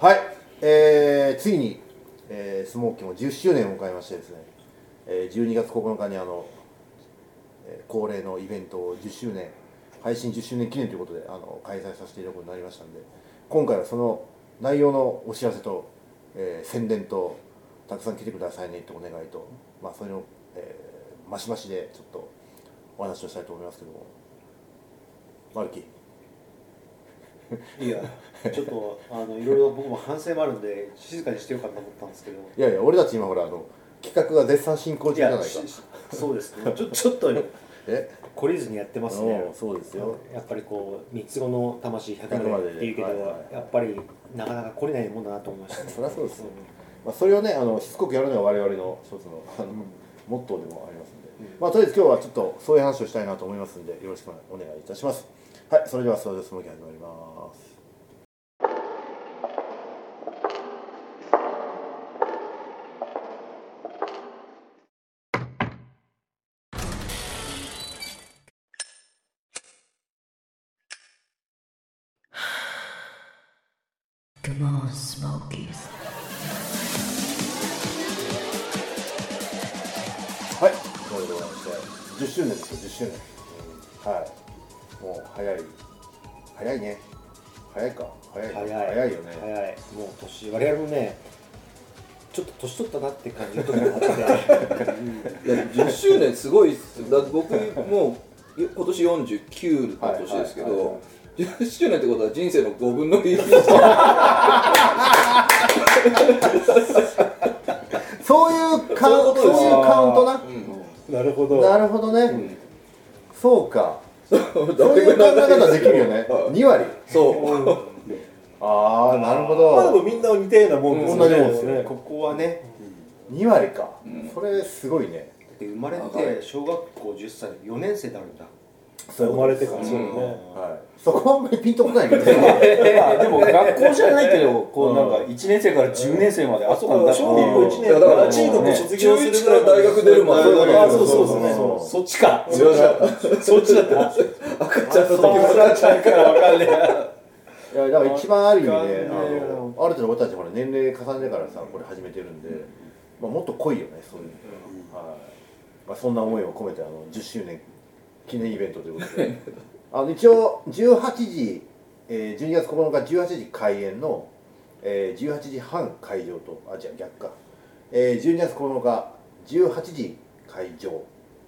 はい、えー、ついに、えー、スモーキーも10周年を迎えましてですね、えー、12月9日にあの、えー恒例のイベントを10周年配信10周年記念ということであの開催させていただくことになりましたんで今回はその内容のお知らせと、えー宣伝とたくさん来てくださいねってお願いと、まあ、それを、えー、マシマシでちょっとお話をしたいと思いますけどもマルキいや、ちょっとあのいろいろ僕も反省もあるんで、静かにしてよかったと思ったんですけど、いやいや俺たち今ほらあの企画が絶賛進行中いじゃないや、かししそうですね、ちょ ちょっとえ懲りずにやってますねうん、そうですよやっぱりこう、三つ子の魂100 100までまででっていうけど、はいはいやっぱりなかなか懲りないもんだなと思いましたね。そりゃそうですよまあ、それをねあのしつこくやるのが我々の一つのあの、んモットーでもありますんで、うんまあ、とりあえず今日はちょっとそういう話をしたいなと思いますんでよろしくお願いいたしますはいそれではスタジオスモーキー始まりますはいということでございまして10周年ですよ10周年、うんはいもう早い早いね早いか早い早い早いよね早いもう年我々もねちょっと年取ったなって感じの時もあっていや10周年すごいっすよだって僕もうい今年49の年ですけはいはいはいはど10周年ってことは人生の5分の1そういうカウントそういうことですそういうカウントな、なるほどなるほどね、そうかそう誰いうも考なえんか方できるよねはい2割そうああなるほまあでどもみんな似たようなもんですよ同 じもんですよねここはね2割か、んそれすごいねだって生まれて小学校10歳で4年生になるんだそういう生こまとれでてすからそううんね。はい、そこはあんまりピンとこないけどねでも学校じゃないけど、こうなんか1年生から10年生まで、あそこ小学校い1やだ年かからら中中学学卒卒業業すするるぐらい大学出るまでそういうことあ、そうそうそうそうそそうう。そっちか。強さそっちだった。赤ちゃんの時そうもなっちゃうからわかんねいやだから一番ある意味ねわあかんないよのある程度俺たちほら年齢重ねてからさこれ始めてるんで、まあ、もっと濃いよねそういう、はいまあ、そんな思いを込めてあの10周年記念イベントということ であの一応18時、えー、12月9日18時開演の、えー、18時半会場とあじゃあ逆か、えー、12月9日18時会場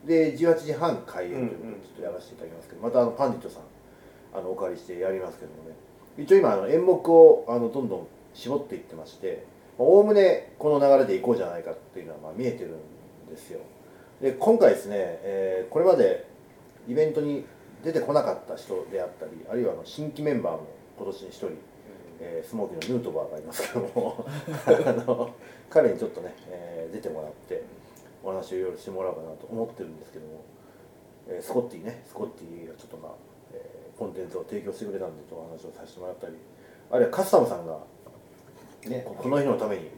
で18時半開演ということで、ちょっとやらせていただきますけどまたあのパンディットさんあのお借りしてやりますけどもね一応今あの演目をあのどんどん絞っていってましておおむねこの流れでいこうじゃないかっていうのはまあ見えてるんですよで今回ですね、えーこれまでイベントに出てこなかった人であったりあるいはあの新規メンバーも今年に1人、えースモーキーのヌートバーがいますけども あの彼にちょっとね、えー出てもらってお話をいろいろしてもらおうかなと思ってるんですけども、えースコッティねスコッティがちょっとまあ、えーコンテンツを提供してくれたんでちょっとお話をさせてもらったりあるいはカスタムさんがねこの日のために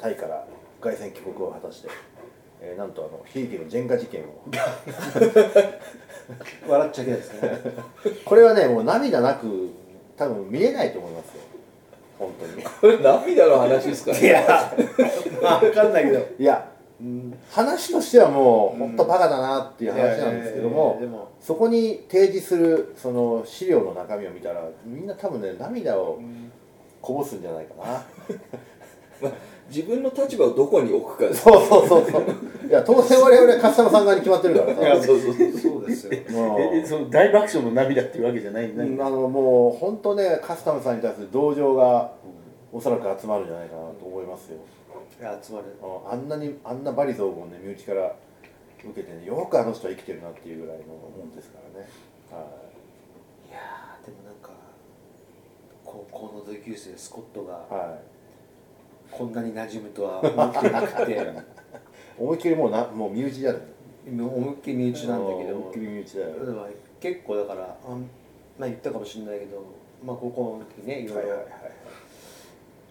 タイから凱旋帰国を果たして、えーなんとあの悲劇のジェンガ事件を。笑っちゃいけないですねこれはねもう涙なく多分見れないと思いますよ本当にこれ涙の話ですからいや分かんないけどいやうん話としてはもう本当バカだなっていう話なんですけども、いやいやいやいやでもそこに提示するその資料の中身を見たらみんな多分ね涙をこぼすんじゃないかな、 自分の立場をどこに置くかですそうそうそうそういや当然我々はカスタマーさん側に決まってるからさいやそうそうそうそうですよもうええその大爆笑の涙っていうわけじゃないんだうんあのもう本当ねカスタムさんに対する同情がおそらく集まるんじゃないかなと思いますよ、いや集まるああんなにあんなバリ雑言ね身内から受けてねよくあの人は生きてるなっていうぐらいのもんですからね、いやーでもなんか高校の同級生スコットがはい、はい、こんなに馴染むとは思ってなくて思いっきりもうなもう身内じゃない今思いっきり身内なんだけ思いっどきり身内だよ、でも結構だからあんまあ言ったかもしれないけどまあ高校の時ねいろいろ、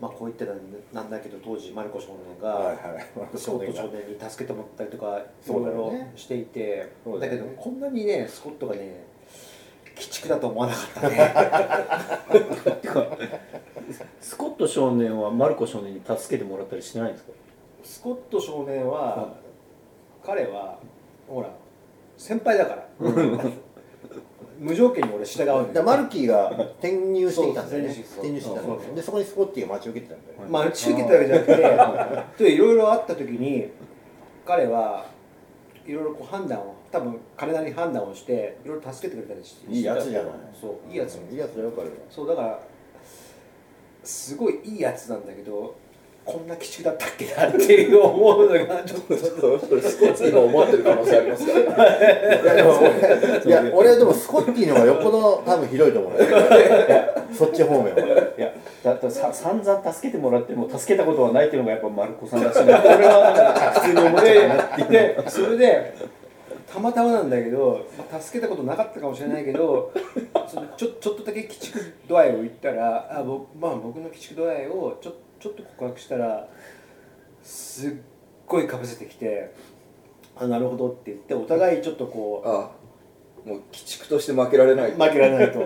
まあこう言ってたなんだけど当時マルコ少年が、はいはいスコット少はい年に助けてもらったりとかいそうだろいよねろしていてそうだだよけねどこんなにねスコットがね鬼畜宿だと思わなかったね スコット少年はマルコ少年に助けてもらったりしないんですかスコット少年は、彼はほら先輩だから無条件に俺従うんだだよマルキーが転入してきたんだよねそう転入してきたんだよそうそうねでそこにスコッティが待ち受けてたんだよねまあ、打ち受けたわけじゃな くて、でいろいろあった時に、彼はいろいろこう判断を、多分彼なりに判断をして、いろいろ助けてくれたりして、いいやつじゃないそう、いいやつ、いいやつだよ彼はそう、だから、すごいいいやつなんだけど、こんな鬼畜だったっけなっていう思うのが、ちょっと、ちょっとそれスコッチが思ってる可能性ありますからいやでも俺いや俺はでもスコッティの方がよっぽど多分ひどいと思うよいやそっち方面はいやだってさ散々助けてもらっても助けたことはないっていうのがやっぱマルコさんらしいな 俺は普通に思っちゃったなっていうで、それで、たまたまなんだけど、まあ助けたことなかったかもしれないけど、そのちょちょっとだけ鬼畜度合いを言ったら、あ僕まあ、僕の鬼畜度合いをちょちょっと告白したら、すっごいかぶせてきて、あなるほどって言って、お互いちょっとこああもう鬼畜として負けられなう、い負けられないと。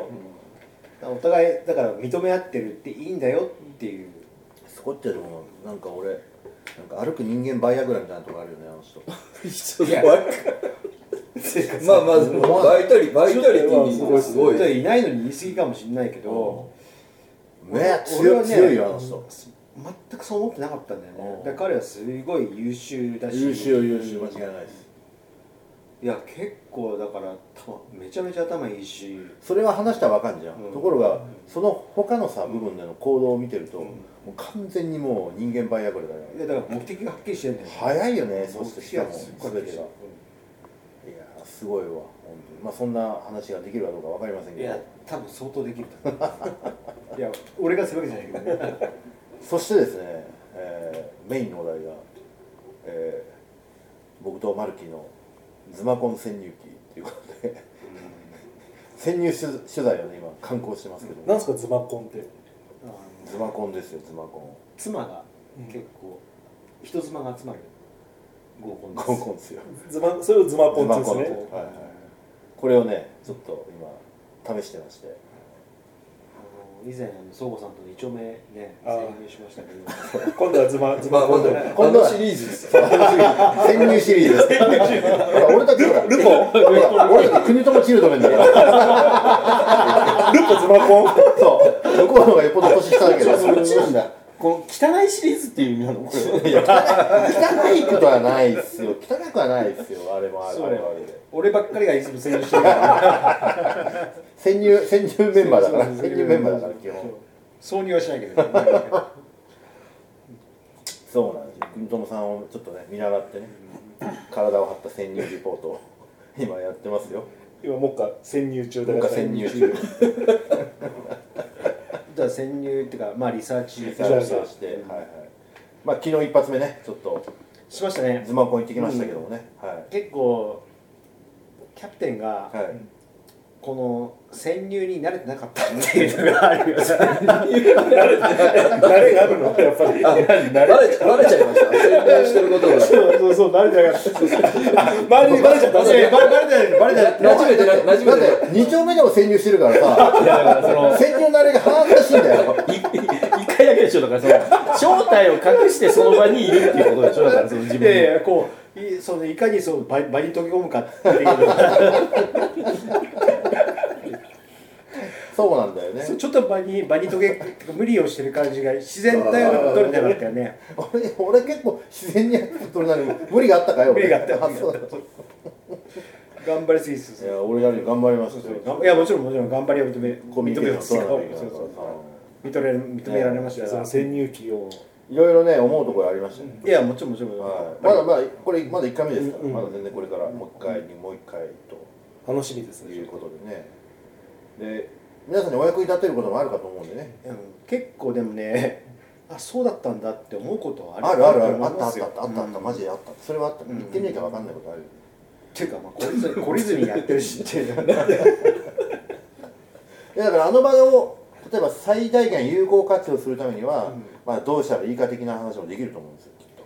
お互いだから認め合ってるっていいんだよっていうスコッティでもなんか俺なんか歩く人間バイアグラみたいなとこあるよねあの 人ちょっと怖い まあまあでもバイタリバイタリティにすごちょいっといないのに言い過ぎかもしれないけど、ね俺は強いね強いよあの人全くそう思ってなかったんだよねうんで彼はすごい優秀だし優秀優秀間違いないですいや結構だから頭めちゃめちゃ頭いいしそれは話したらわかんじゃん、うんところがその他のさ部分での行動を見てると、うんもう完全にもう人間バイアグラだよいやだから目的がはっきりしてるんだよ早いよねそ目して的しかがもす全っごいはっきりしててるがいやーすごいわ本当にまあそんな話ができるかどうかわかりませんいけやど多分相当できると思う いや俺がするわけじゃないけどねそしてですね、えーメインのお題が、えー僕とマルキのズマコン潜入記ということで潜入取取材をね今観光してますけどなんすかズマコンってあのズマコンですよズマコ妻が結構人妻が集まる合コンンですコンコンですよズマそれをズマコンって言うんですズマねコンはいはいこれをねちょっと今試してましてあの以前あの相互さんとの一丁目ねああ潜入しましたけど 今度はズマズマまあコまンであこのシリーズですよ潜入シリーズですほら俺たちほらルポいや俺たち国友チルドレンだからルポズマコンそう向こうの方がよっぽど年下だけどそっちなんだこの汚いシリーズっていう意味なのこれいや汚い汚いことはないっすよ汚くはないっすよあれもあれそうあれはあれで俺ばっかりがいつも潜入してる から潜入潜入メンバーだからそうそう潜入メンバーだから基本そう挿入はしないけどねそうなんですよ国友さんをちょっとね見習ってね体を張った潜入リポートを今やってますよ今もっか潜入中だ僕かはら潜入中だから潜入っていうかまあリサーチリサーチをして、はいはいまあ昨日一発目ねちょっとしましたねズマコン行ってきましたけどもね、はい結構キャプテンがはい、この潜入に慣れてなかったっていうのがあるよね慣れがあるのやっぱりバレバレちゃいました宣伝してること がそうそうそう慣れてなかった周りにバレちゃったいやバレバレてないバレてない 馴染めてない馴染めてないだって二丁目でも潜入してるからさいやだからその潜入のあれが恥ずかしいんだよい一回だけでしょだからその正体を隠してその場にいるっていうことでしょだからその自分いやいでやこういそのいかにそう場場に溶け込むかっていうのがそうなんだよねそうちょっと場に場に溶けてか無理をしてる感じが自然なように取れてなかったよね俺俺結構自然にやってるなのに無理があったかよ無理があったあそう頑張りすぎですいや俺なりに頑張りまそうしたそようがんいやもちろんもちろん頑張りを認めコミュニ認ケめーまシしョたン取らないかけどらそうそうさ認め認められましたそのが潜入機をいろいろね思うところありましたねいやもちろんもちろん、はいまだまだこれまだ1回目ですから、うんうんまだ全然これからもう1回にもう1回と楽しみですいうねことでねで皆さんにお役に立てることもあるかと思うんでねうん結構でもねあそうだったんだって思うことはああるるあるあるとあ思いったあまっすたよあったあったあったマジであったそれはあったうん言ってみなきゃ分かんないことあるよっていうかまあ懲りずに懲りずにやってるしっていういやだからあの場を例えば最大限有効活用するためには、うんまあどうしたらいいか的な話もできると思うんですよきっと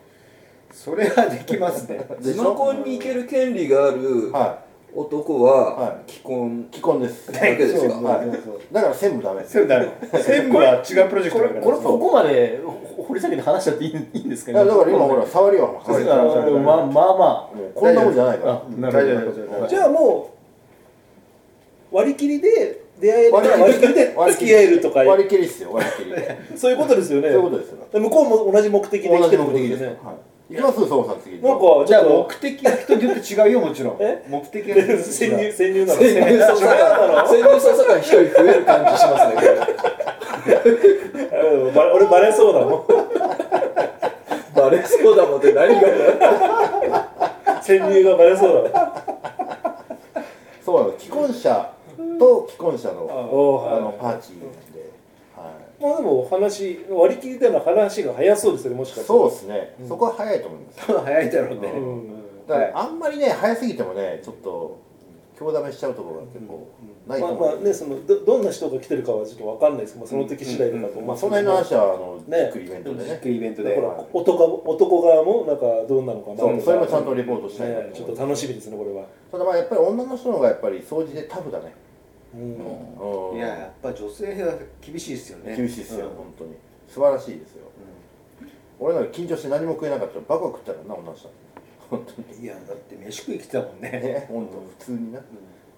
それはできますねズマコンに行ける権利があるは男はは既婚既婚ですだけですか、はいだから専務ダメ専務 だろ専務は違うプロジェクこトれだからこれここまでほ掘り下げて話しちゃっていいいいんですかいやだから今ほら触りはもうそ触うりだなでもまあまあまもうこんなもんじゃないからあなるほど大丈夫大丈夫じゃあもう割り切りで出会える割り切り割り切りで割り切付りき合えるとか割り切りっすよ割り切りそそういうことですよねういうことですよ向こうも同じ目的で同来てじるって目こと的でですすねはい行きます総さん次なんか じじゃゃああ目的が人によって違うよもちろんえ目的が人によって違う 潜入潜 入なの潜入捜査 官潜入捜査官一人増える感じしますねこれうんバレ俺バレそうだもん バレそうだもんって何が潜入がバレそうだもんそうなの既婚者と既婚者のおあーはいのパーティーなんではいまあでもお話割り切りでの話が早そうですよねもしかしたらそうですね、そこは早いと思います多分早いだろうねうんだからあんまりね早すぎてもねちょっと強ダメしちゃうところが結構ないとまあ思う、まあ ねそのどどんな人が来てるかはちょっとわかんないですけど、まあ、その時次第だと思うんまあ、でそすけのど辺の話はあの、ねじっくりイベントでじっねくりイベントだでからはい男が男側もなんかどうなのかなとそかうそれもちゃんとレポートしたいなと思ねうちょっと楽しみですねこれは、ただまあやっぱり女の人の方がやっぱり掃除でタフだね、うんうんいややっぱ女性は厳しいですよね厳しいっすよ、うん本当に素晴らしいですよ、俺なんか緊張して何も食えなかったらバカ食ったからな女の人本当にいやだって飯食い来てたもんねね本当普通にな、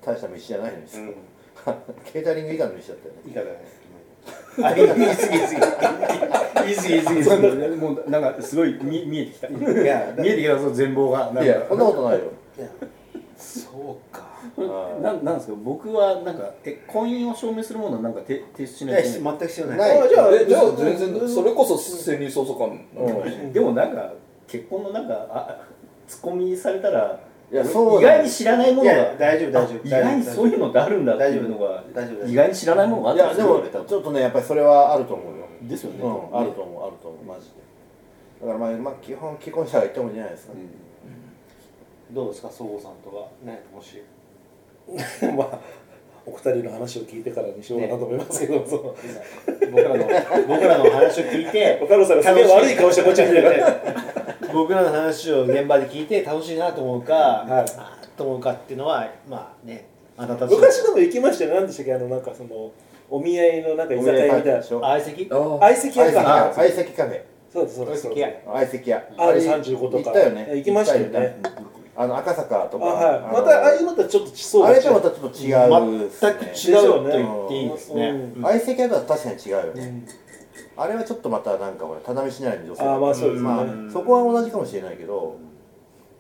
大した飯じゃないのにさ、うん ケータリング以下の飯だったよねいいからねあ言い過ぎ言い過ぎ言い過ぎ言い過ぎ言い過ぎ言いもうなんかすごい見見えて きた見過ぎいやだえてきたぞ全貌がいやそんなことないよそうかはいなんなんですか僕はなんかえ婚姻を証明するものはなんか提提出しいないやとい全けないく必要ないないあじゃあえじゃあ全然それこそ潜入捜査官なのかうんでもなんか結婚のなんかあツッコミされたらいやそう意なの外に知らないもいのやが大丈夫大丈夫意外にそういうのってあるんだって大い丈夫うのが大丈夫大丈夫意外に知らないものがあっいたやでもちょっとねやっぱりそれはあると思うよ、ですよね、うん、あると思うあると思うマジでだからまあ、まあ、基本既婚者が言ってもいいんじゃないですか、どうですか総合さんとかねもし まあお二人の話を聞いてからにしようかなと思いますけど、その僕らの僕らの話を聞い て岡野さんがすげえ悪い顔してこっち見てる 僕らの話を現場で聞いて楽しいなと思うか、いあーと思うかっていうのはまあねあなたち昔でも行きましたよ何でしたっけあのなんかそのお見合いのなんか居酒屋みたいなでしょ相席なあ相席屋相席か相席カフェそうですそうですそう相席で屋す相席屋 R35 とか行ったよね行きましたよね行った行ったあの赤坂とあかはいのまたああいうのとはちょっとそうあだれしとはまたちょっと違うっすね、全く違うと言っていいですね、うん相席屋とは確かに違うよね、あれはちょっとまたなんかほら只見市内の女性あーまあそうですねまあそこは同じかもしれないけど、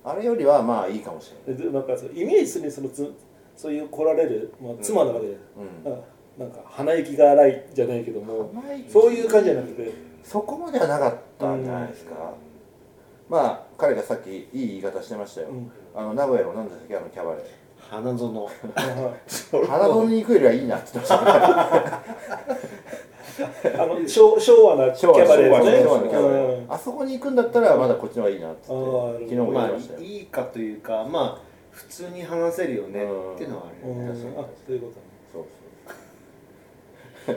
あれよりはまあいいかもしれないでなんかそうイメージするにそのつそういう来られる、まあ、妻の中で、うんなんかなんか鼻息が荒いじゃないけどもそういう感じじゃなくてそこまではなかったんじゃないですか、まあ彼がさっきいい言い方してましたよ、うんあの名古屋の何でしたっけあのキャバレー花園花園に行くよりはいいなって言ってましたねあの昭昭和なキャバレーののねね昭和のキャバレうーんあそこに行くんだったらまだこっちの方がいいなって言あっーて昨日も言まいあましたよ、いいかというかまあ普通に話せるよねうんっていうのはあるよねうんあそういうことねそう普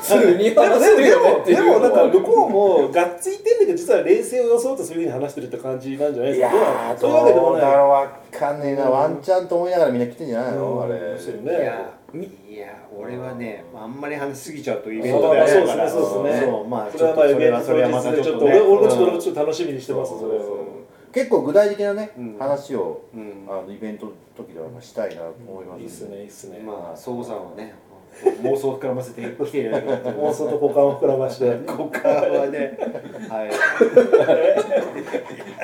通に話せるよねっていでうものはでもなんか向こうもがっついてんだけど実は冷静を装うとそういうふうに話してるって感じなんじゃなそういでいすかやーそういうわけでどもうないだろうわかんねえな、うんワンチャンと思いながらみんな来てんじゃないの、うんあれそうよいねやいや俺はねまああんまり話しすぎちゃうとイベントまあでまあれだあそうでからすねそうですねそうまあちょそっれとはまあそれはそれはまたちょっちょっとと俺ね俺もちょっとうん俺もちょっと楽しみにしてますそれ結構具体的なね、うん話を、うんあのイベントの時ではしたいなと思います、いいっすねいいっすねまあ総合さんはね妄想を膨らませてきてるだけだと思妄う想と股間を膨らまして ここはねはい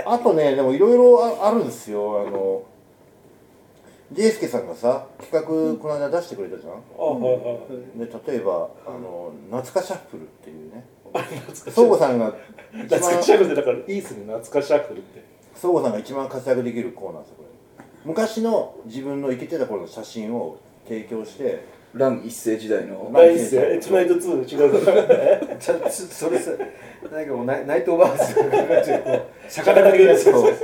あとね、でもいろいろああるんですよ。あの、ジェイスケさんがさ、企画この間出してくれたじゃん。あはいはいで、例えば、あの、夏かシャッフルっていうね。そうごさんが一懐番かしシャッフルってだからいいっすね懐かしシャッフルってそうごさんが一番活躍できるコーナーですよこれ。昔の自分のイケてた頃の写真を提供して、乱一世時代の第一声えトゥナイト2で違うからちょっとそれさなんかもう内内藤バースが ちょっとこう坂田君ですそう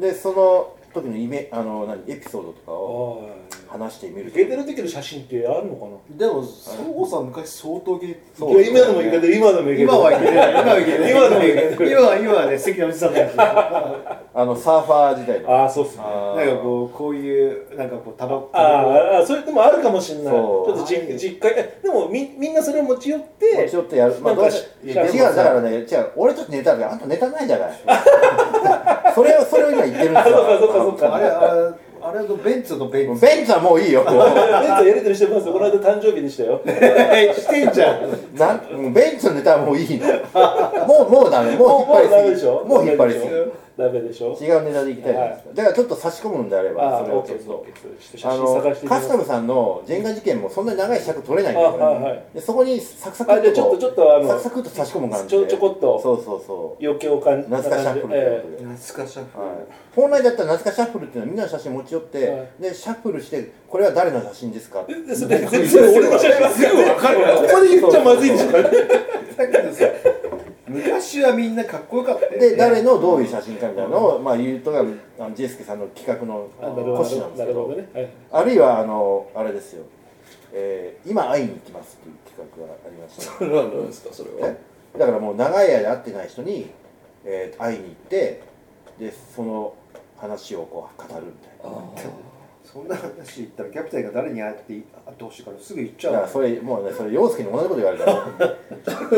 で、その時のイメあの何エピソードとかをあ話してみるイケてる時の写真ってあるのかなでも、そごさん昔相当ゲそいや今でもイケてる今でもイケてる今はいけない。今はいけない。今でもいけてる今は今はね、素敵なおじさんだし。あのサーファー時代のああそうっすねあなんかこう、こういう、なんかこう、タバコ。あーあーそれでもあるかもしれないちそうょっとじ実家えでもみみんなそれ持ち寄っう持てち寄ってやるまあなどんうかしいしゃやべ違るうだからね違う俺たちネタあるけどあんたネタないじゃないそれをそれを今言ってるんですよあそうかそうかそうかあれ、あれ、あれのベンツのベンツ。ベンツはもういい よベンツはやり取りしてますよこの間誕生日でしたよしてんじゃん。なんもうベンツのネタはもういい のもうもうダメ もう引っ張りダメですしぎょもう引っ張りすぎダメでしょ違うネタでいきたいじゃないですか、だからちょっと差し込むんであればあそあれをオッちょケっーオッとケーちょあっと写真探のしてみまカすスカムさんのジェンガ事件もそんなに長い尺取れないんだから、あはいはいでそこにサクサクあじゃあちょっとちょっとあのサクサクっと差し込む感じでちょちょこっとそうそうそう余興感な懐かしシャッフルということで、懐かしい。はい、本来だったら懐かしシャッフルっていうのはみんなの写真持ち寄って、はいでシャッフルしてこれは誰の写真ですかってええそれ全然俺の写 真すぐ分かるここで言っちゃまずいでしょだけどさ、昔はみんなかっこよかったよね。で誰のどういう写真かみたいなのを、まあ、言うとがあのジェイスケさんの企画のあなるほど骨子なんですなけるどほどねはいあるいはあのあれですよ、えー今会いに行きます」っていう企画がありましたそれは何ですかそれはねだからもう長い間会ってない人に、えー会いに行ってでその話をこう語るみたいなそんな話言ったらキャプテンが誰に会って会ってほしいからすぐ言っちだゃうかもんらそれもうねそれ陽介に同じこと言われたら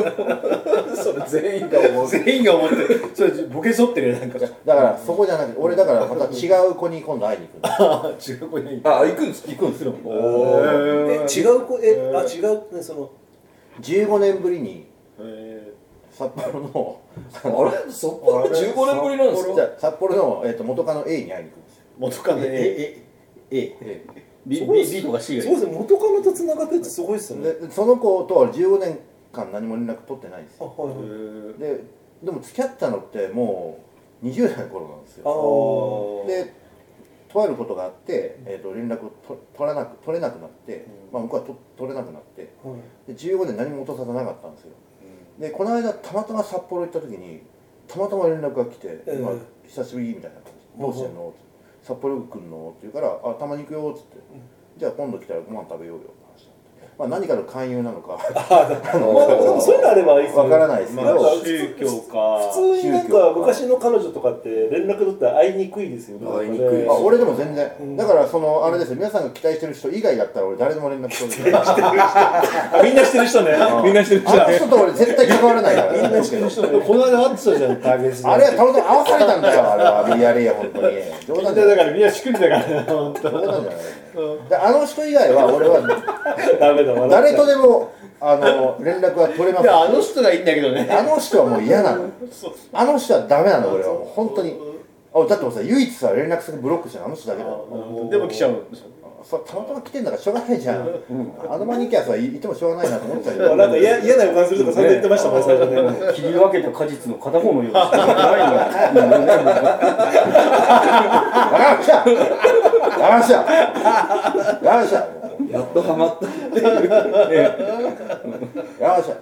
それ全員が思う全員が思ってるそれボケそってるよなんかだからそこじゃなくて俺だからまた違う子に今度会いに行くんだあ違う子いないあ行くんですか行くんですよおーえ違う子えあ違うねその15年ぶりにえ札幌のあれそこで15年ぶりなんですじゃかあ札幌の、えー、と元カノ A に会いに行くんですよー元カノえ、ねえ、え、で B、そうです B とか C がいそうい。ですね元カノと繋がってるってすごいですよねでその子とは15年間何も連絡取ってないんですあよはいえはいーででも付き合ったのってもう20代の頃なんですよああでとあることがあって、えー、と連絡をと取らなく取れなくなって、まあ、向こうはと取れなくなってはいで15年何も落とさなかったんですよでこの間たまたま札幌行った時にたまたま連絡が来て「ええまあ久しぶり」みたいな感じ「どうしてんの?」って「札幌来るの?」って言うから「あたまに行くよ」っつって「じゃあ今度来たらご飯食べようよ」って話になってまあ何かの勧誘なのかまあ、でもそういうのあればいいですわからいないですけまどあ宗教か普通になんか昔の彼女とかって連絡取ったら会いにくいですよね会いにくいなんかねあ俺でも全然、うんだからそのあれですよ皆さんが期待してる人以外だったら俺誰でも連絡取 れないあみんなしてる人ねうんみんなしてる人あの人と俺絶対関わらないから、ね、この間会ってたじゃん、対面するあれはたまたま合わされたんだよあれは BRA や本当に冗談じゃないからみんな仕組んだから、本当。冗談じゃないであの人以外は俺はダメだ笑っちゃう誰とでもあの連絡は取れまいすや、あの人がいいんだけどね。あの人はもう嫌なのあの人はダメなの俺はもう本当にあだってもうさ唯一さ連絡先ブロックしてるのあの人だけだよでも来ちゃう。それたまたま来てんだからしょうがないじゃん、あのマニキュアさいいてもしょうがないなと思ってたけでもどなんか嫌嫌な予感するとかそれ言ってましたもん最初ね切り分けた果実の片方のようにして ないのよ。わかりましたわかりましたわかりましたもやっとハマったうわかりました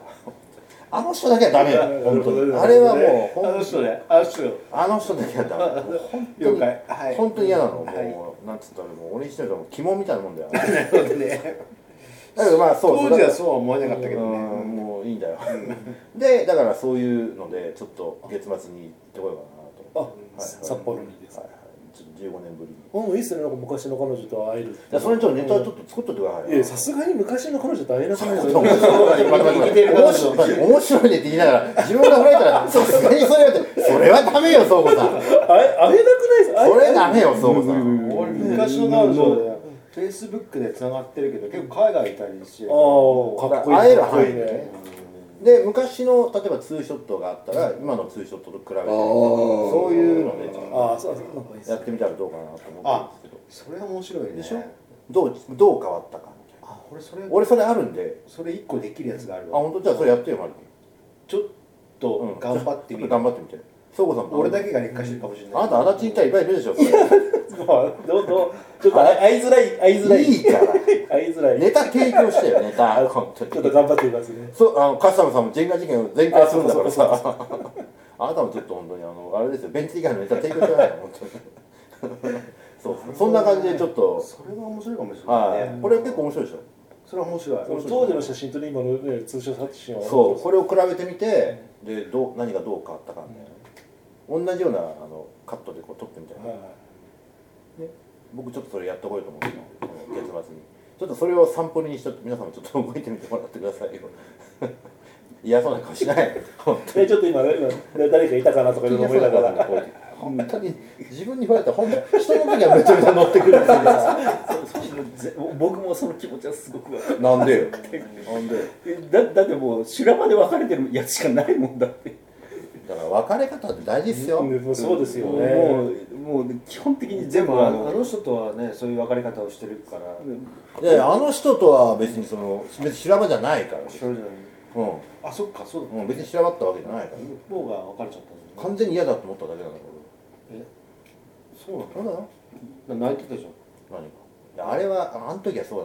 あの人だけはダメよ本当にあれはもうほあんの人ね、あの人よ。あの人だけはダメもう本当了に解。はい。本当に嫌なのはいもうなんつったらもう俺にしてみたらもう肝みたいなもんだよ なるほどね。だけどまあそう当時はそうは思わなかったけどうね。んもういいんだよでだからそういうのでちょっと月末に行ってこようかなとあ、はい札幌にですはいはいちょっと15年ぶりにうんいいっすねなんか昔の彼女と会えるじゃあそれにちょっとネタちょっと作っといてくださいよいやさすがに昔の彼女と会えなくないです面よね白い面白いねって言いながら自分が振られたらさすがにそれはってそれはダメよそうこさん会え会えなくないですかそれダメよそうこさん俺昔の彼女で、フェイスブックで繋がってるけど、結構海外いたりして。ああかっこいい会えるかっこ範い囲いでねねで昔の例えばツーショットがあったら今のツーショットと比べてあーそういうのでちょっああそうそうとやってみたらどうかなと思ってるんですそれは面白いね。でしょけどどうどう変わったかみたいなあ、俺それ、俺それあるんでそれ一個できるやつがああるわ。本当じゃあそれやってよマリコちょっと頑張ってちょっとみる。頑張ってみてそうこさんも俺だけが劣化してるかもしれない。あなた足立にいたらいっぱいいるでしょそれまあどうどうちょっと会いづらい会いづらいいいから会いづらいネタ提供してよネタ本当にちょっと頑張ってみますねそうあのカスタムさんもジェンガ事件を全開するんだからさ あなたもちょっと本当にあのあれですよベンチ以外のネタ提供してないよ本当にそう そうそんな感じでちょっと、それは面白いかもしれなはいねい、これ結構面白いでしょそれは面白いこの当時の写真と今のね通称写真はそうこれを比べてみてでどう何がどう変わったかみたいな同じようなあのカットでこう撮ってみたいな、は僕ちょっとそれやってこようと思うんですよこの月末にちょっとそれをサンプルにして皆さんもちょっと動いてみてもらってくださいよ 嫌そうな顔しない 本いでちょっと今ね今ね誰かいたかなとか当いにうの嫌思そういななが顔らしない本当に自分に言われたら本当人の時はめちゃめちゃ乗ってくるんですよぜ僕もその気持ちはすごくわかるなんでよなんでよえだだってもう修羅場で別れてるやつしかないもんだってだから別れ方って大事ですよ、うんそうですよもねうもう基本的に全部あのあの人とはねそういう別れ方をしてるからいやいやあの人とは別にその別に修羅場じゃないからそれじゃないうんあそっかそうだうん、別に散らばったわけじゃないから、向こうが別れちゃったんだね完全に嫌だと思っただけなんだけそうどそうだよなの泣いてたじゃん何かいやあれはあの時はそうな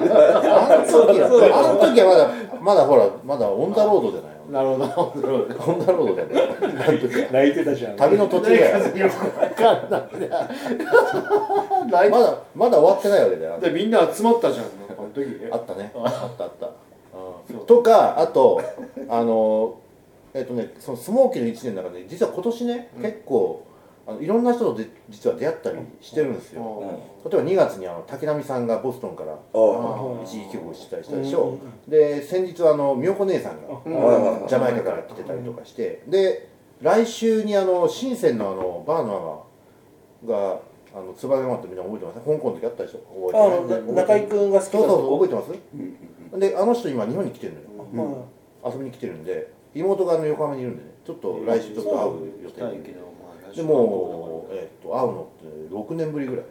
んだよあの時はあの時はまだまだほらまだオンダロードじゃないなるほど オンダロード だよあの時は泣いてたじゃん旅の途中だよまだまだ終わってないわけだよ でみんな集まったじゃんなんかあの時ねあったねあったあったうんとかあとあのえっとねそのスモーキーの1年の中で実は今年ね、結構あのいろんな人とで実は出会ったりしてるんですよ、例えば2月にあの竹並さんがボストンからあ一時帰国してたりしたでしょ、で先日はあの美代子姉さんがあはいはいはいジャマイカから来てたりとかして、で来週にあの深センのあのバーのママがあのツバメマってみんな覚えてます香港の時あったでしょあ覚えてのない中居君が好きそうだそうとそう覚えてますであの人今日本に来てるのようん遊びに来てるんで妹があの横浜にいるんでねちょっと来週ちょっと会う予行き定たいけでどまあでもう、えっと会うのって6年ぶりぐらい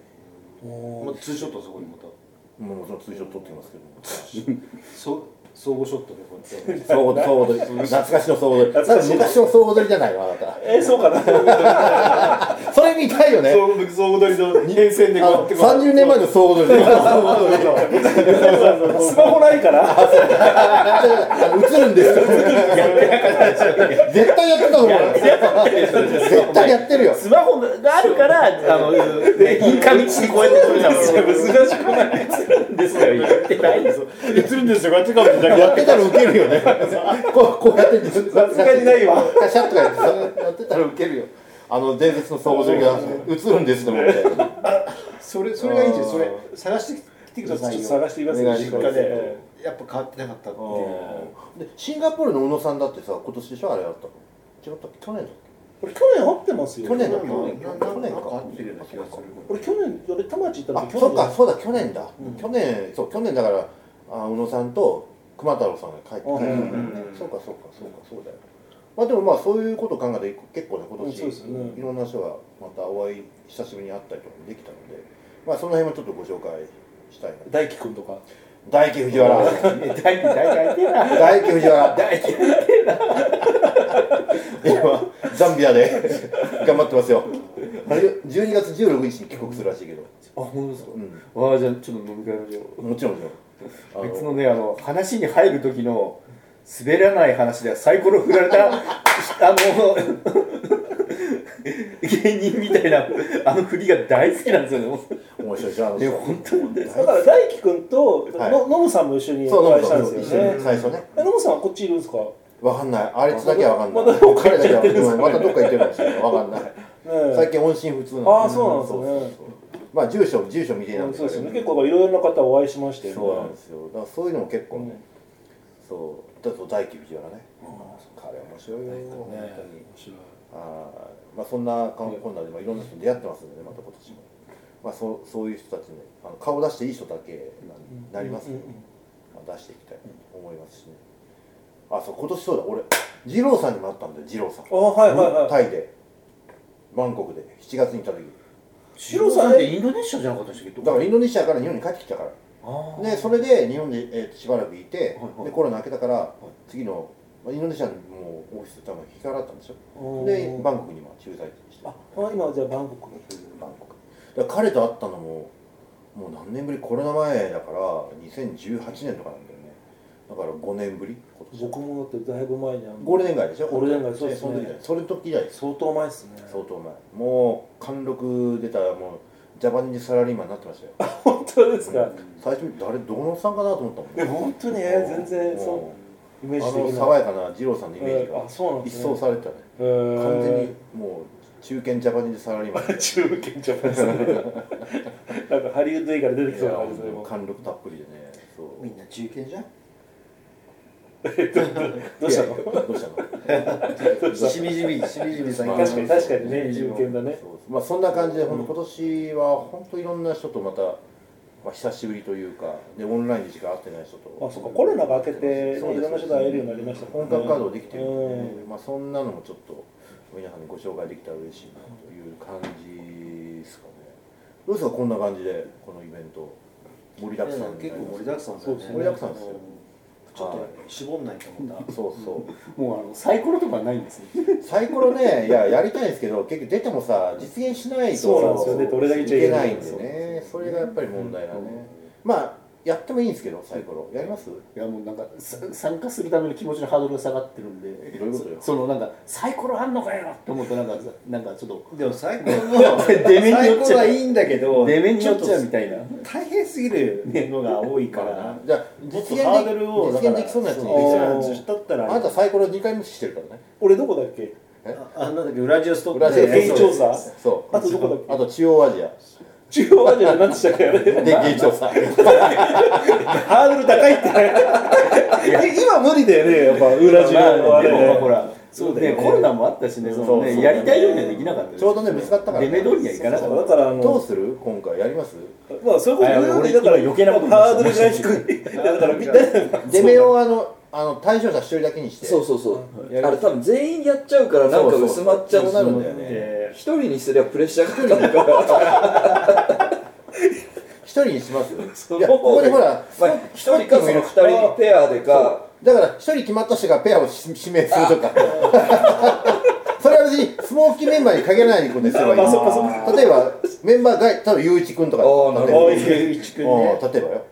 まあツーショットそこにまたもうそのツーショット撮ってきますけどもそ相互ショットでこうやって総合総合撮り懐かしの総合撮り懐かしい昔の総合撮りじゃないわあなえそうかなたそれ見たいよね僕総合取りの2年生であの30年前の総合撮りスマホないから映るんですよ絶対やってたと思うよ絶対やってるよスマホがあるからあのねインカミチにこうやって撮るじゃん難しくないですよ言ってないです映るんですよこうやってかもしれないやってたらウケるよねこうこうやってさすさすがにないわカシャッとかやってさやってたらウケるよあの伝説の総合撮りが映るんですでもってそれそれがいいじゃんそれ探してきてくださいよ探していますお願いし実ます家でやっぱ変わってなかったっていうでシンガポールの宇野さんだってさ今年でしょあれあったの違ったっけ去年だっ俺去年会ってますよ去年だ去年去か年かなんかあってるような気がする俺去年俺田町行ったあ時去そ年うだかそうだ去年だ、去年そう去年だからあ宇野さんと熊太郎さんが帰ってうん帰ってくるねそうかそうかそうかそうだよまあでもまあそういうことを考えて結構ね今うんそうです年、よねいろんな人がまたお会い久しぶりに会ったりとかもできたのでまあその辺もちょっとご紹介したいな大輝くんとか大輝藤 原大体大体な大輝藤原大体今ザンビアで頑張ってますよあれ12月16日に帰国するらしいけど、あ本当ですかうん、わあじゃあちょっと飲み会ましょうもちろんもちろんあの別のねあの話に入る時の滑らない話ではサイコロ振られたあの芸人みたいなあの振りが大好きなんですよね面白いじゃんいや本当に大だから大輝くんとはいののむさんも一緒にそうおな会んいでしすたんよで、すよ最ね初ね。えのむさんはこっちいるんですかねわかんない。あいつだけはわかんない。まだどっか彼だけはうんまたどっか行ってるかもしれない。わかんない。え最近音信不通なんああそうなんですねそうそうそうまあ住所住所未定なんそうですよねけ結ど。構いろいろな方お会いしましたよねそうなんですよ。だからそういうのも結構ね。そう。だと大輝藤原ね。彼面白いよ。本当に。ああ、まあそんなこんなでまあいろんな人に出会ってますんでね。また今年も。まあそうそういう人たちね。あの顔出していい人だけなんになりますうんようんうん。まあ出していきたいと思いますしね。あ、そう今年そうだ。俺二郎さんにも会ったんだよ。二郎さん。あはいはいはいタイでバンコクで7月に行った時シロさんねインドネシアじゃなかったでしたっけだからインドネシアから日本に帰ってきたからあでそれで日本で、えーしばらくいて、はいはいでコロナ明けたから、次のまあインドネシアのもうオフィス多分引き払ったんでしょでバンコクに今駐在してバあ今じゃあバンコクの人ンコクだから彼と会ったのももう何年ぶりコロナ前だから2018年とかなんだよねだだから5年ぶり今年僕もだってだいぶ前にあのゴールデン街でしょゴールデン街そうですねその時じゃないそれの時以来です相当前ですね相当前もう貫禄出たもうジャパニーズサラリーマンになってましたよ本当ですか、最初誰どのおっさんかなと思ったもんえ本当にえ全然そイメうーんあジ的のな爽やかな二郎さんのイメージえーあそうながんで一すね掃されてたねえー完全にもう中堅ジャパニーズサラリーマン中堅ジャパンですねなんかハリウッド映画で出てきいそうなや感じですねもう貫禄たっぷりでねそうみんな中堅じゃんどうしたのいやどうしたのしみじみしみじみさん確かに確かにね中堅だねそうまあそんな感じで、ほんと今年は本当いろんな人とまた、まあ、久しぶりというかでオンラインでしか会ってない人とあそっかコロナが明けてねいそうですろんな人と会えるようになりましたも本んね格稼働できてるんでね、うまあ、そんなのもちょっと皆さんにご紹介できたら嬉しいなという感じですかねどうですかこんな感じでこのイベント盛りだくさんになり結ます構盛りだくさんだそう盛りだくさんですよよねですちょっと絞んないと 思ったそうそうもうあのサイコロとかないんですねサイコロね、いや、やりたいんですけど、結局出てもさ、実現しないと、そうなんですよねどれだけいじゃいけけなないいんんででね、それがやっぱり問題だね。まあ、やってもいいんですけど、サイコロ、やりますいやもうなんかさ参加するための気持ちのハードルが下がってるんでどういうことよそそのなんかサイコロあんのかよって思うとなんかなんかちょっとでも最高の 出目に最よっち高ゃはいいんだけど出目によっちゃうみいたいな大変すぎるのが多い からじゃあ、実現できハードルを実現できそうなやつににできそうなやつだったつらあなたサイコロ2回無視してるからね。俺どこだっけあなんだっけウラジオストッ裏クでラねジオ現地調査そう。あとどこだっけあと中央アジア。中央アジアで何でしたっけあれで、現地調査。ハードル高いって。今無理だよね、やっぱ、裏地まのああれでもほね。らそうだよねねコロナもあったしねそのそうそうねやりたいようにはできなかったで すちょうどね、ぶつかったからね。出目通りにはいかなかだっから、あどうの、する今回、やりますまあ、それこそ、あいや俺だから、今余計なこと言いましたハードルが低い。 だから、みんな、出目をあの、あの対象者一人だけにして。そうそそうそう、やるあれ多分全員やっちゃうからなんか薄まっちゃうそうしなるんだよね。た一人にすりゃプレッシャーがかかるから一人にしますそいのやここでほらまあ、一人かその二人ペアでかだから一人決まった人がペアをし指名するとかそれは別にスモーキーメンバーに限らないことにすればいいあそっかそっ例えばメンバー外多分雄一君とかあーなるほど例えいう一君ばねうん例えばよ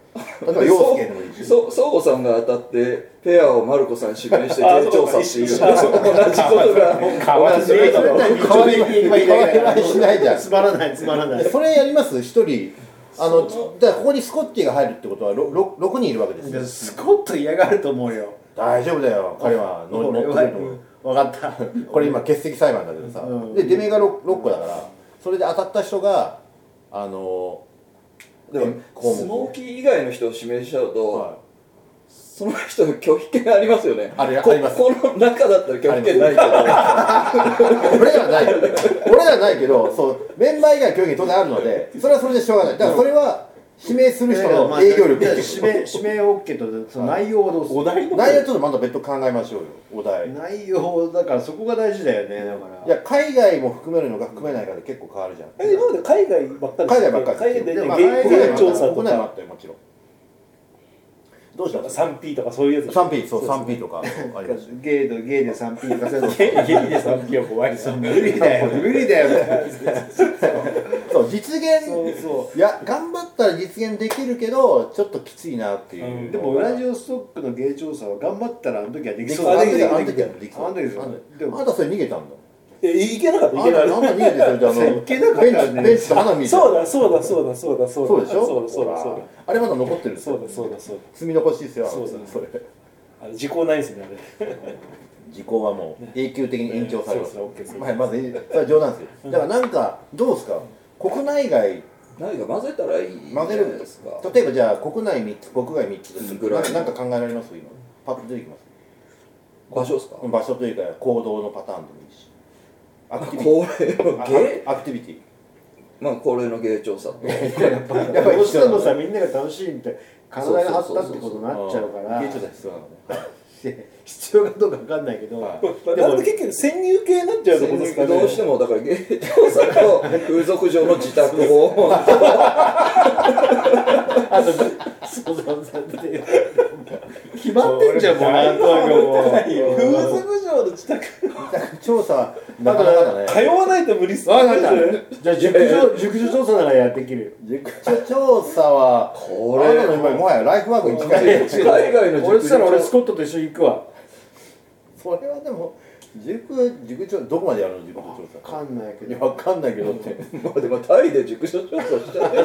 例えば陽介でもいいしそうそうさんが当たってペアをマルコさん指名してあ現地調査っていう同じこと変わがん同ねじことが変わり映え変わり映えしないじゃんつまらないつまらないそれやります一人あのだからここにスコッティが入るってことは 6, 六人いるわけですよスコッと嫌がると思うよ大丈夫だよ彼は乗乗ってくると思う分かった これ今欠席裁判だけどさ、うんで出目が 6, 個だからそれで当たった人があのでもスモーキー以外の人を指名しちゃうと、はその人の拒否権ありますよねあるよこありますこの中だったら拒否権ないけい、ど俺らはない俺らはないけどそうメンバー以外の競技当然あるのでそれはそれでしょうがないだからそれは指名する人の営業力っていう指名指名 OK とその内容をどうするお題内容ちょっとまた別途考えましょうよお題い内容だからそこが大事だよねだからや海外も含めるのか含めないかで結構変わるじゃんえ今まで海外ばっかり海で外したっけばっかり海外でまあね、海現外地調査と国内もあか、ったよもちろんどうしたの 3P とかそういうやつ。 3P そう 3P とかありますよゲイとゲイで 3P 稼ぐ家にで3匹は怖い無理だよ無理だよそう実現そうそいや頑張ったら実現できるけどちょっときついなっていう、うんでもウラジオストックのゲイ調査は頑張ったらあの時はででききそそううあだの時はあので時きはるできそうあの時はであもんたそれ逃げたんだう。え、いけなかった、いあけんなたあかんっな逃げてそれであそういけなかのったベンよねチベンチと花見たた。そうだ、そうだ、そうだ、そうだ、そうだ。そうでしょそうだ、そうだ、そうだ。あれまだ残ってるんですそようだ、そうだ、そう積み残しですよあのそうだそれだ。あれ、時効ないですね、あれ。時効はもう永久的に延長されます、そうそう OK ですはいまずそれは冗談ですよだからなんかどうですか国内外何か混ぜたらいいんじゃ混なぜいるんでですすかか例えばじゃあ国内3つ国外3つですぐらいななんか考えられます今パッと出てきます場所ですか場所というか行動のパターンでもいいしアクティビティ恒例の芸アクティビティまあ恒例の芸調査とやっぱりどうし必要てなのもさみんなが楽しいみたいな体が張ったってことになっちゃうからゲイ調査必要なのね必要かどうか分かんないけど、はいでも結局、潜入系になっちゃうとこですかね。どうしてもだから芸調査と風俗上の自宅をあとそうそうそう決まってんじゃんもうそう半俺も東京も風俗嬢の自宅調査なかなかだね通わないと無理っすわかったじゃあ熟女熟女調査ならやってきるよ塾長調査はこれの今もはやライフワークに近いよ海外の塾俺そしたら俺スコットと一緒に行くわ それはでも塾塾長どこまでやるの塾長調査わかんないけいやどわかんないけどってまあでもタイで塾所調査しちゃう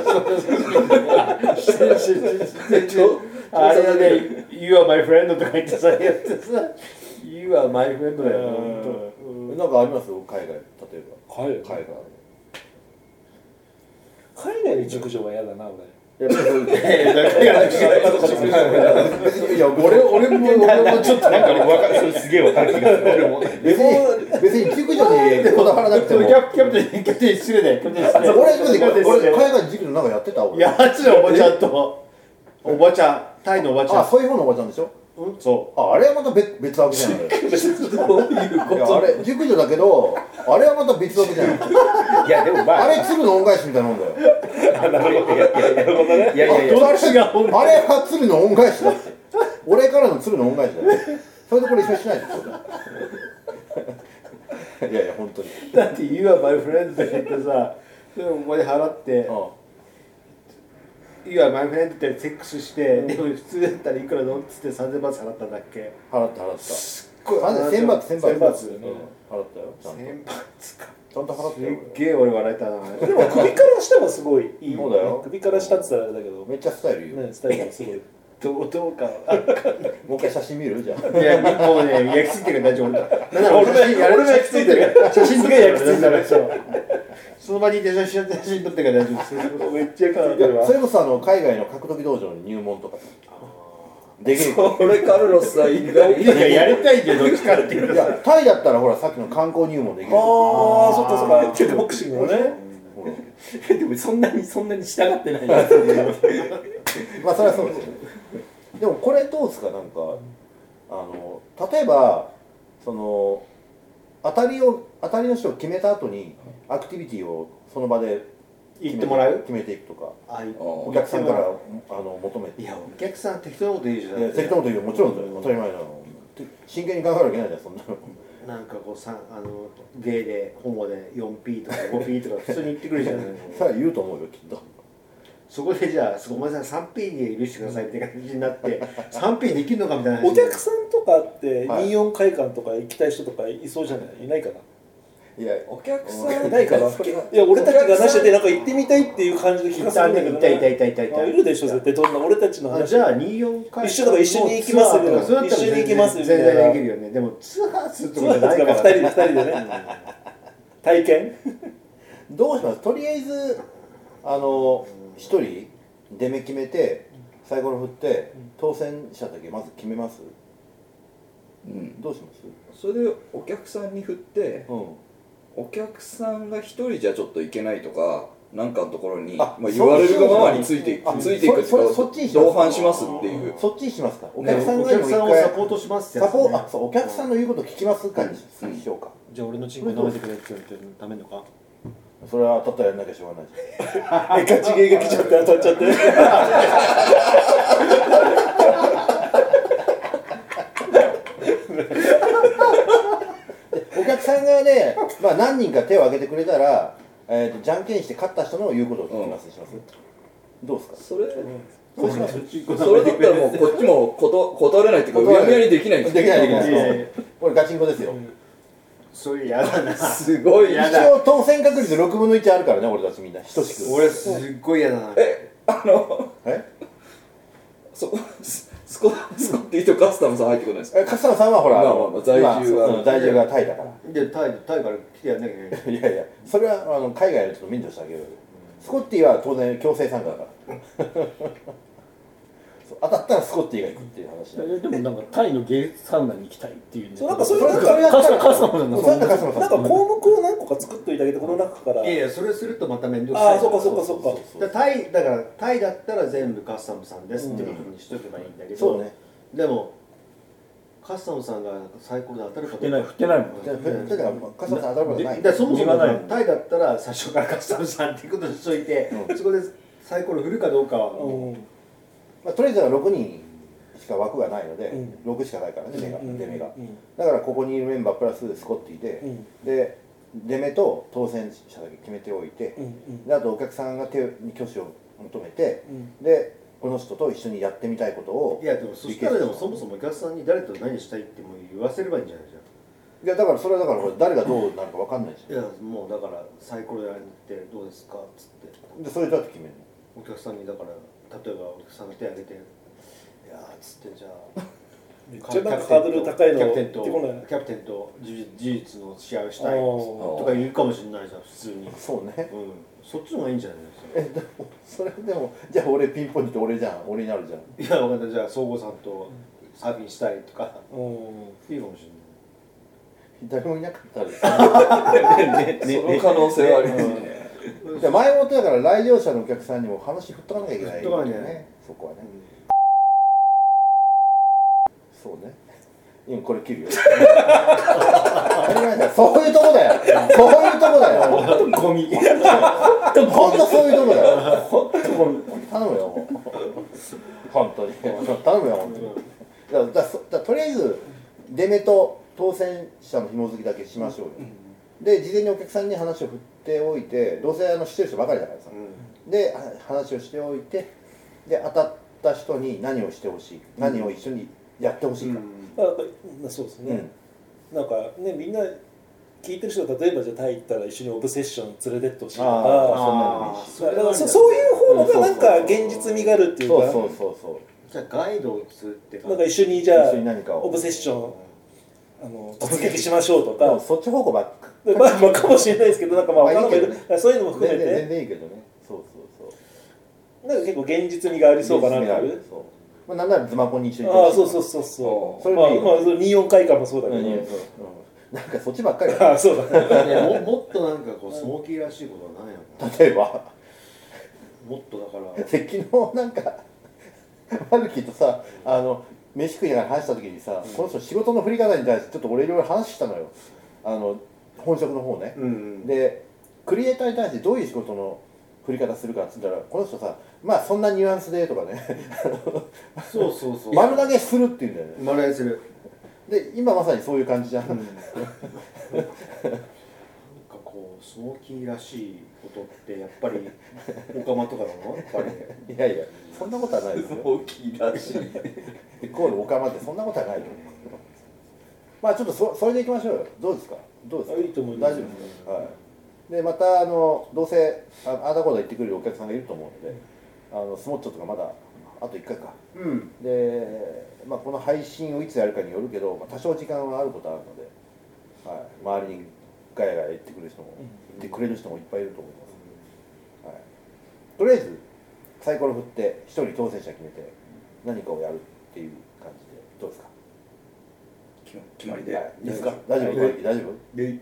あれだね「You are my friend」とか言ってさやってさ「You are my friend」だよ本当なんかあります海外例え海ば海外海外で熟女は嫌だな俺いやいや俺俺も俺もちょっとなんかねわかるそれすげえわかる気がする俺も別に別に塾女にこだわらなくてでももキャプキャプテンキャプテン失礼だよキャプテン失礼俺別にキャプテン失俺礼海外塾のなんかやってた俺やっちゃおばちゃんとおばちゃんタイのおばちゃあんそういう方のおばちゃんでしょそああれはまた別別枠じゃないいどういうこやあとれ塾女だけどあれはまた別枠じゃないいやでもまああれ鶴の恩返しみたいなもんだよなるほどいやいやいやなるほどねいやいやういやどっちが本あれは鶴の恩返しだって俺からの鶴の恩返しだよそれでこれ一緒にしないでちょうだいやいや本当にだって「You are my friend」って言ってさでもお前払ってあ「You are my friend」ってセックスしてでも普通だったらいくらのっつって3000バーツ払ったんだっけあ払った払ったごいあれ千バーツ千バーツ千バーツ払ったよちゃんと千バーツかちゃんと払っすたよっげえ俺笑えたなでも首から下はすごいいいそうだよ首から下って言ったらあれだけど俺めっちゃスタイルいいよねスタイルがすごいどうどうかあもう一回写真見るじゃあいやもうね焼き付いてるから大丈夫俺なんなら俺が写真やる俺が焼き付いてる写真すげえ焼き付いてるからそその場にいて写真写真撮ってから大丈夫ですめっちゃ焼き付いてるわそれこそあの海外の格闘技道場に入門とかできるこれカルロスさん意外いややりたいけどどっちかっていういやタイだったらほらさっきの観光入門できるああそっ かそっかキックボクシングのねほらでもそんなにそんなに従ってないまあそれはそうですよねでもこれどうですかなんかあの例えばその当たりを当たりの人を決めた後にアクティビティをその場で決め言ってもらう決めていくとかあいお客さんからあの求めていいややお客さん適当なこと言うじゃん適当なこと言うよもちろんだよ当たり前なの真剣に考えるわけないじゃんそんなのなんかこうさあのゲイでホモで 4P とか 5P とか普通に言ってくるじゃない さあ言うと思うよきっとそこでじゃあすごめんなさい 3P で許してくださいって感じになって 3P できるのかみたいな話お客さんとかってはい24会館とか行きたい人とかいそうじゃないいないかないやお客さんいないかな。いや、俺たちがなしてて、なんか行ってみたいっていう感じの気がするんだけどいたいたいたいたいたあいるでしょ、絶対、どんな俺たちのあ話。じゃあ24回一緒だから一緒に行きますとかそうだったら一緒に行きます全みたいな然全然できるよねでもツアーするってそうこなとんじゃでないかすか、まらあ二人で、二人でね。体験。どうしますとりあえずあの一人出目決めてサイコロ振って当選者だけまず決めますうんどうしますそれでお客さんに振ってうお客さんが一人じゃちょっといけないとかなんかのところにあまあ、言そうわれるがままについていあくついていくってそいうそそっかちにします同伴しますっていうんそっちにしますかおお客客ささんんがでも一をサ回ポートしますサポーああそうお客さんの言うこと聞きますかにうんしようかじゃあ俺のチンコ舐めてくれって言われてダメのかそれはたったらやんなきゃしょうがないじえ、ガチゲーが来ちゃって、当たっちゃって。ゃんお客さんがね、 まあ、何人か手を挙げてくれたら、えー、とじゃんけんして勝った人の言うことを聞きます、しますどうですかそれそうしますチンコそれだったらもうこっちもこと断れないっていうかうやむやにできないんでできすよないできないいやいやいやこれガチンコですよ、それやだなすごいや一だ応当選確率6分の1あるからね俺たちみんな等しく俺すっごい嫌だなえあのえそこススコスコっていうとカスタムさん入ってこないですかえ勝野さんはほら、まあのまあ在住はそうそう在住がタイだから でタイタイから来てやんなきゃいけないいやいやそれはあの海外の人と免除してあげようよスコッティは当然強制参加だから そう当たったらスコッティが行くっていう話だえでもなんかタイのゲイサウナに行きたいっていうねそう、なんか、そうそいれう、はなんそれか。やったらカスカスタムなんだそうそれやったら勝野なさんんか項目を何個か作っといてあげて、この中から。いやいやそれするとまた面倒くさいああ、そっか、そっか、そっそうか。そうだからタイだからタイだったら全部カスタムさんですってことにしとけばいいんだけど、そうねでもカスタムさんがサイコロで当たるかどうか振ってない振ってないもんじゃあふだから勝野さん当たることないでそもそも言わないタイだったら最初からカスタムさんっていうことにしといて、そこでサイコロ振るかどうかは、うん。まあ、とりあえずは6人しか枠がないので、6しかないからね出目が,、うん出目がうんだからここにいるメンバープラススコッティで、うんで出目と当選者だけ決めておいて、うんうんであとお客さんが手に挙手を求めて、うんでこの人と一緒にやってみたいことをいやでもそしたらでもそもそもお客さんに誰と何したいっても言わせればいいんじゃないじゃんいやだからそれはだからこれ誰がどうなるか分かんないしいやもうだからサイコロやってどうですかっつってでそれだって決めるのお客さんにだから例えばお客さんが手挙げて「いやー」っつってじゃあめっちゃなんかハードル高いのキャプテンと出てこないキャプテンと事実の試合をしあたいーとか言うかもしれないじゃん普通に、うん、そうねそっちの方がいいんじゃないでそれでもじゃあ俺ピンポイント俺じゃん俺になるじゃんすかいや分かんないじゃあ総合さんとサーフィンしたいとかうんいいかもしれない誰もいなかったらその可能性はありますねいや前もってだから来場者のお客さんにも話振っとかなきゃいけない振っとかなきゃいけないねそこはね、そうね今これ切るよ当たり前だよそういうとこだよそういうとこだよとゴミほんとそういうとこだよ頼むよもう本当に頼むよ本当にだからだからそだからとりあえず出目と当選者の紐付きだけしましょうよ、で事前にお客さんに話を振っておいてどうせあの知ってる人ばかりだからさ、では話をしておいてで当たった人に何をしてほしい、何を一緒にやってほしいか、あそうですね、なんかねみんな聞いてる人が例えばじゃあタイ行ったら一緒にオブセッション連れてってほしいとかあああだからそそういう方のがなんか現実味があるっていうそうかそうそうそじゃあガイドをするってなんか一緒にじゃあ一緒に何かをオブセッションあの突撃しましょうとかう、そっち方向ばっかでまあ、まあかもしれないですけどなんかまあまあいい他のもいけるどねそういうのも含め全然全て然いいけどねそうそうそうなんか結構現実味がありそうかなっていうそう、まあ、なんならズマポンに一緒に行っああてそうほしいそうそうそうそれまあもいいよまあその24回間もそうだけうんうんどなんかそっちばっ かりだああそうだねいやももっとなんかこうスモーキーらしいことはないよな例えばもっとだからで昨日なんかマルキーとさあの飯食いながら話した時にさ、この人仕事の振り方に対してちょっと俺いろいろ話したのよあの本職の方ね、うんでクリエイターに対してどういう仕事の振り方するかっつったらこの人さまあそんなニュアンスでとかねそうそうそう 丸投げするっていうんだよね丸やするで今まさに そういう感じじゃん、うんなんかこうスモーキーらしいことってやっぱりオカマとかなのやっぱりいやいやそんなことはないですよ大きいらしいイコールオカマってそんなことはないよまあちょっとそそれでいきましょうよどうですかどうですかあいいと思います大丈夫ですかはいでまたあのどうせああーだこーだ言ってくれるお客さんがいると思うのであのスモッチョとかまだあと1回かうんで、まあ、この配信をいつやるかによるけど、まあ、多少時間はあることはあるので、はい、周りにガヤガヤ言ってくる人も、言ってくれる人もいっぱいいると思います、はい、とりあえずサイコロ振って一人当選者決めて何かをやるっていう感じでどうですか決まりはいいいですか大丈夫大丈夫で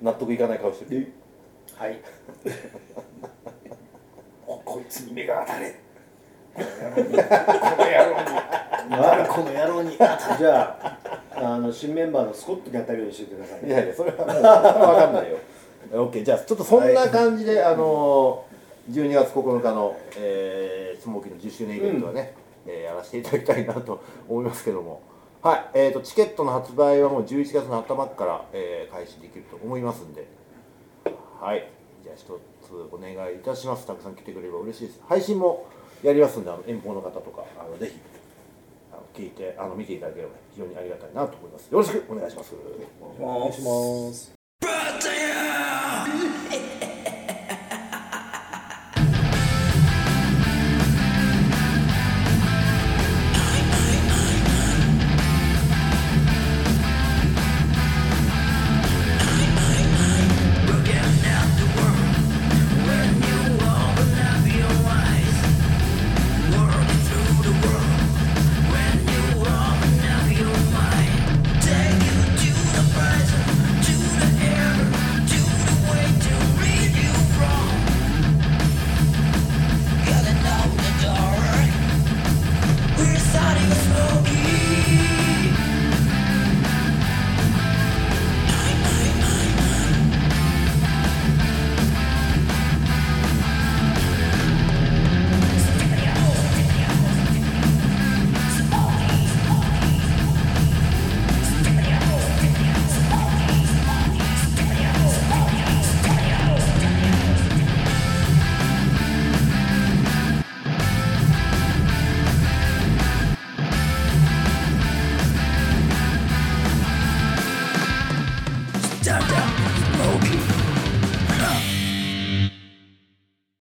納得いかない顔してるはいここいつに目が当たれあこの野郎にじゃああの新メンバーのスコットに当たるようにしてくださいいやいやそれはもうそれは分かんないよ OK じゃあちょっとそんな感じで、あのー12月9日の、えー、スモーキーの10周年イベントはね、えーやらせていただきたいなと思いますけどもはい、えー、とチケットの発売はもう11月の頭から、えー開始できると思いますんではいじゃあ一つお願いいたしますたくさん来てくれれば嬉しいです配信もやりますんであの遠方の方とかあのぜひあの聞いてあの見ていただければ非常にありがたいなと思いますよろしくお願いしますお願いします